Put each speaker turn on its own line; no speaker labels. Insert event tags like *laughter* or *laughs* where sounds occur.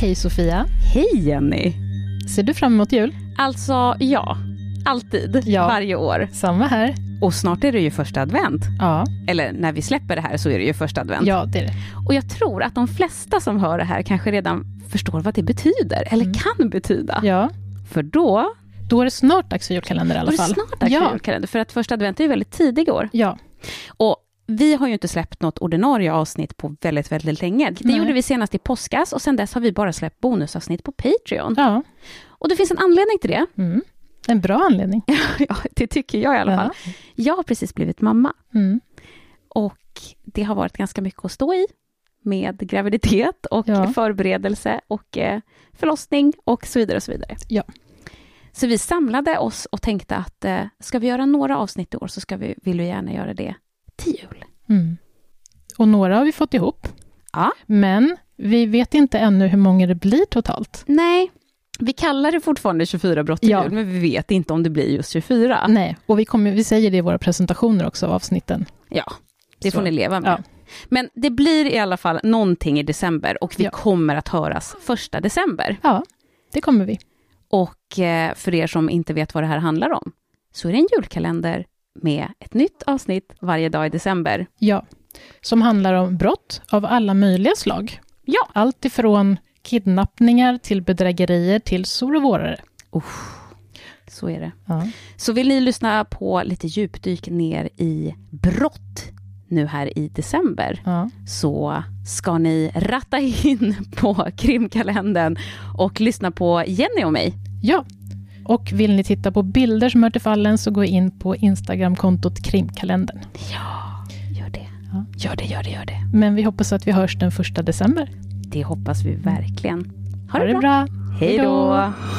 Hej Sofia.
Hej Jenny!
Ser du fram emot jul?
Alltså ja, alltid,
Ja.
varje år.
Samma här.
Och snart är det ju första advent.
Ja,
Eller när vi släpper det här så är det ju första advent.
ja det är det.
Och jag tror att de flesta som hör det här kanske redan förstår vad det betyder, eller
Mm.
kan betyda.
Ja.
För då
Då är det snart dags för julkalender i
var
alla
det
fall.
snart dags för
Ja.
julkalender, för att första advent är ju väldigt tidig i år.
Ja,
Och vi har ju inte släppt något ordinarie avsnitt på väldigt, väldigt länge. Det
Nej.
gjorde vi senast i påskas och sedan dess har vi bara släppt bonusavsnitt på Patreon.
ja.
Och det finns en anledning till det.
Mm. En bra anledning.
*laughs* Ja, det tycker jag i alla fall. Jag har precis blivit mamma.
Ja. Mm.
Och det har varit ganska mycket att stå i med graviditet och
Ja.
förberedelse och eh, förlossning och så vidare och så vidare.
Ja.
Så vi samlade oss och tänkte att eh, ska vi göra några avsnitt i år så ska vi, vill vi gärna göra det till jul.
Mm. Och några har vi fått ihop.
Ja.
Men vi vet inte ännu hur många det blir totalt.
Nej, vi kallar det fortfarande 24 brott till
Ja.
jul, men vi vet inte om det blir just 24.
Nej, och vi, kommer, vi säger det i våra presentationer också av avsnitten.
Ja, det
Så.
får ni leva med.
Ja.
Men det blir i alla fall någonting i december och vi
Ja.
kommer att höras första december.
Ja, det kommer vi.
Och eh, för er som inte vet vad det här handlar om, så är det en julkalender med ett nytt avsnitt varje dag i december.
Ja, som handlar om brott av alla möjliga slag.
Ja.
Allt ifrån kidnappningar till bedrägerier till sorevårare.
Så är det.
Ja.
Så vill ni lyssna på lite djupdyk ner i brott nu här i december,
Ja.
så ska ni ratta in *laughs* på krimkalendern och lyssna på Jenny och mig.
ja. Och vill ni titta på bilder som hör till fallen så gå in på Instagramkontot krimkalendern.
Gör det.
Ja.
Gör det, gör det, gör det.
Men vi hoppas att vi hörs den första december.
Det hoppas vi verkligen. Ha,
Ha det bra.
Hej
Hej
då.
då.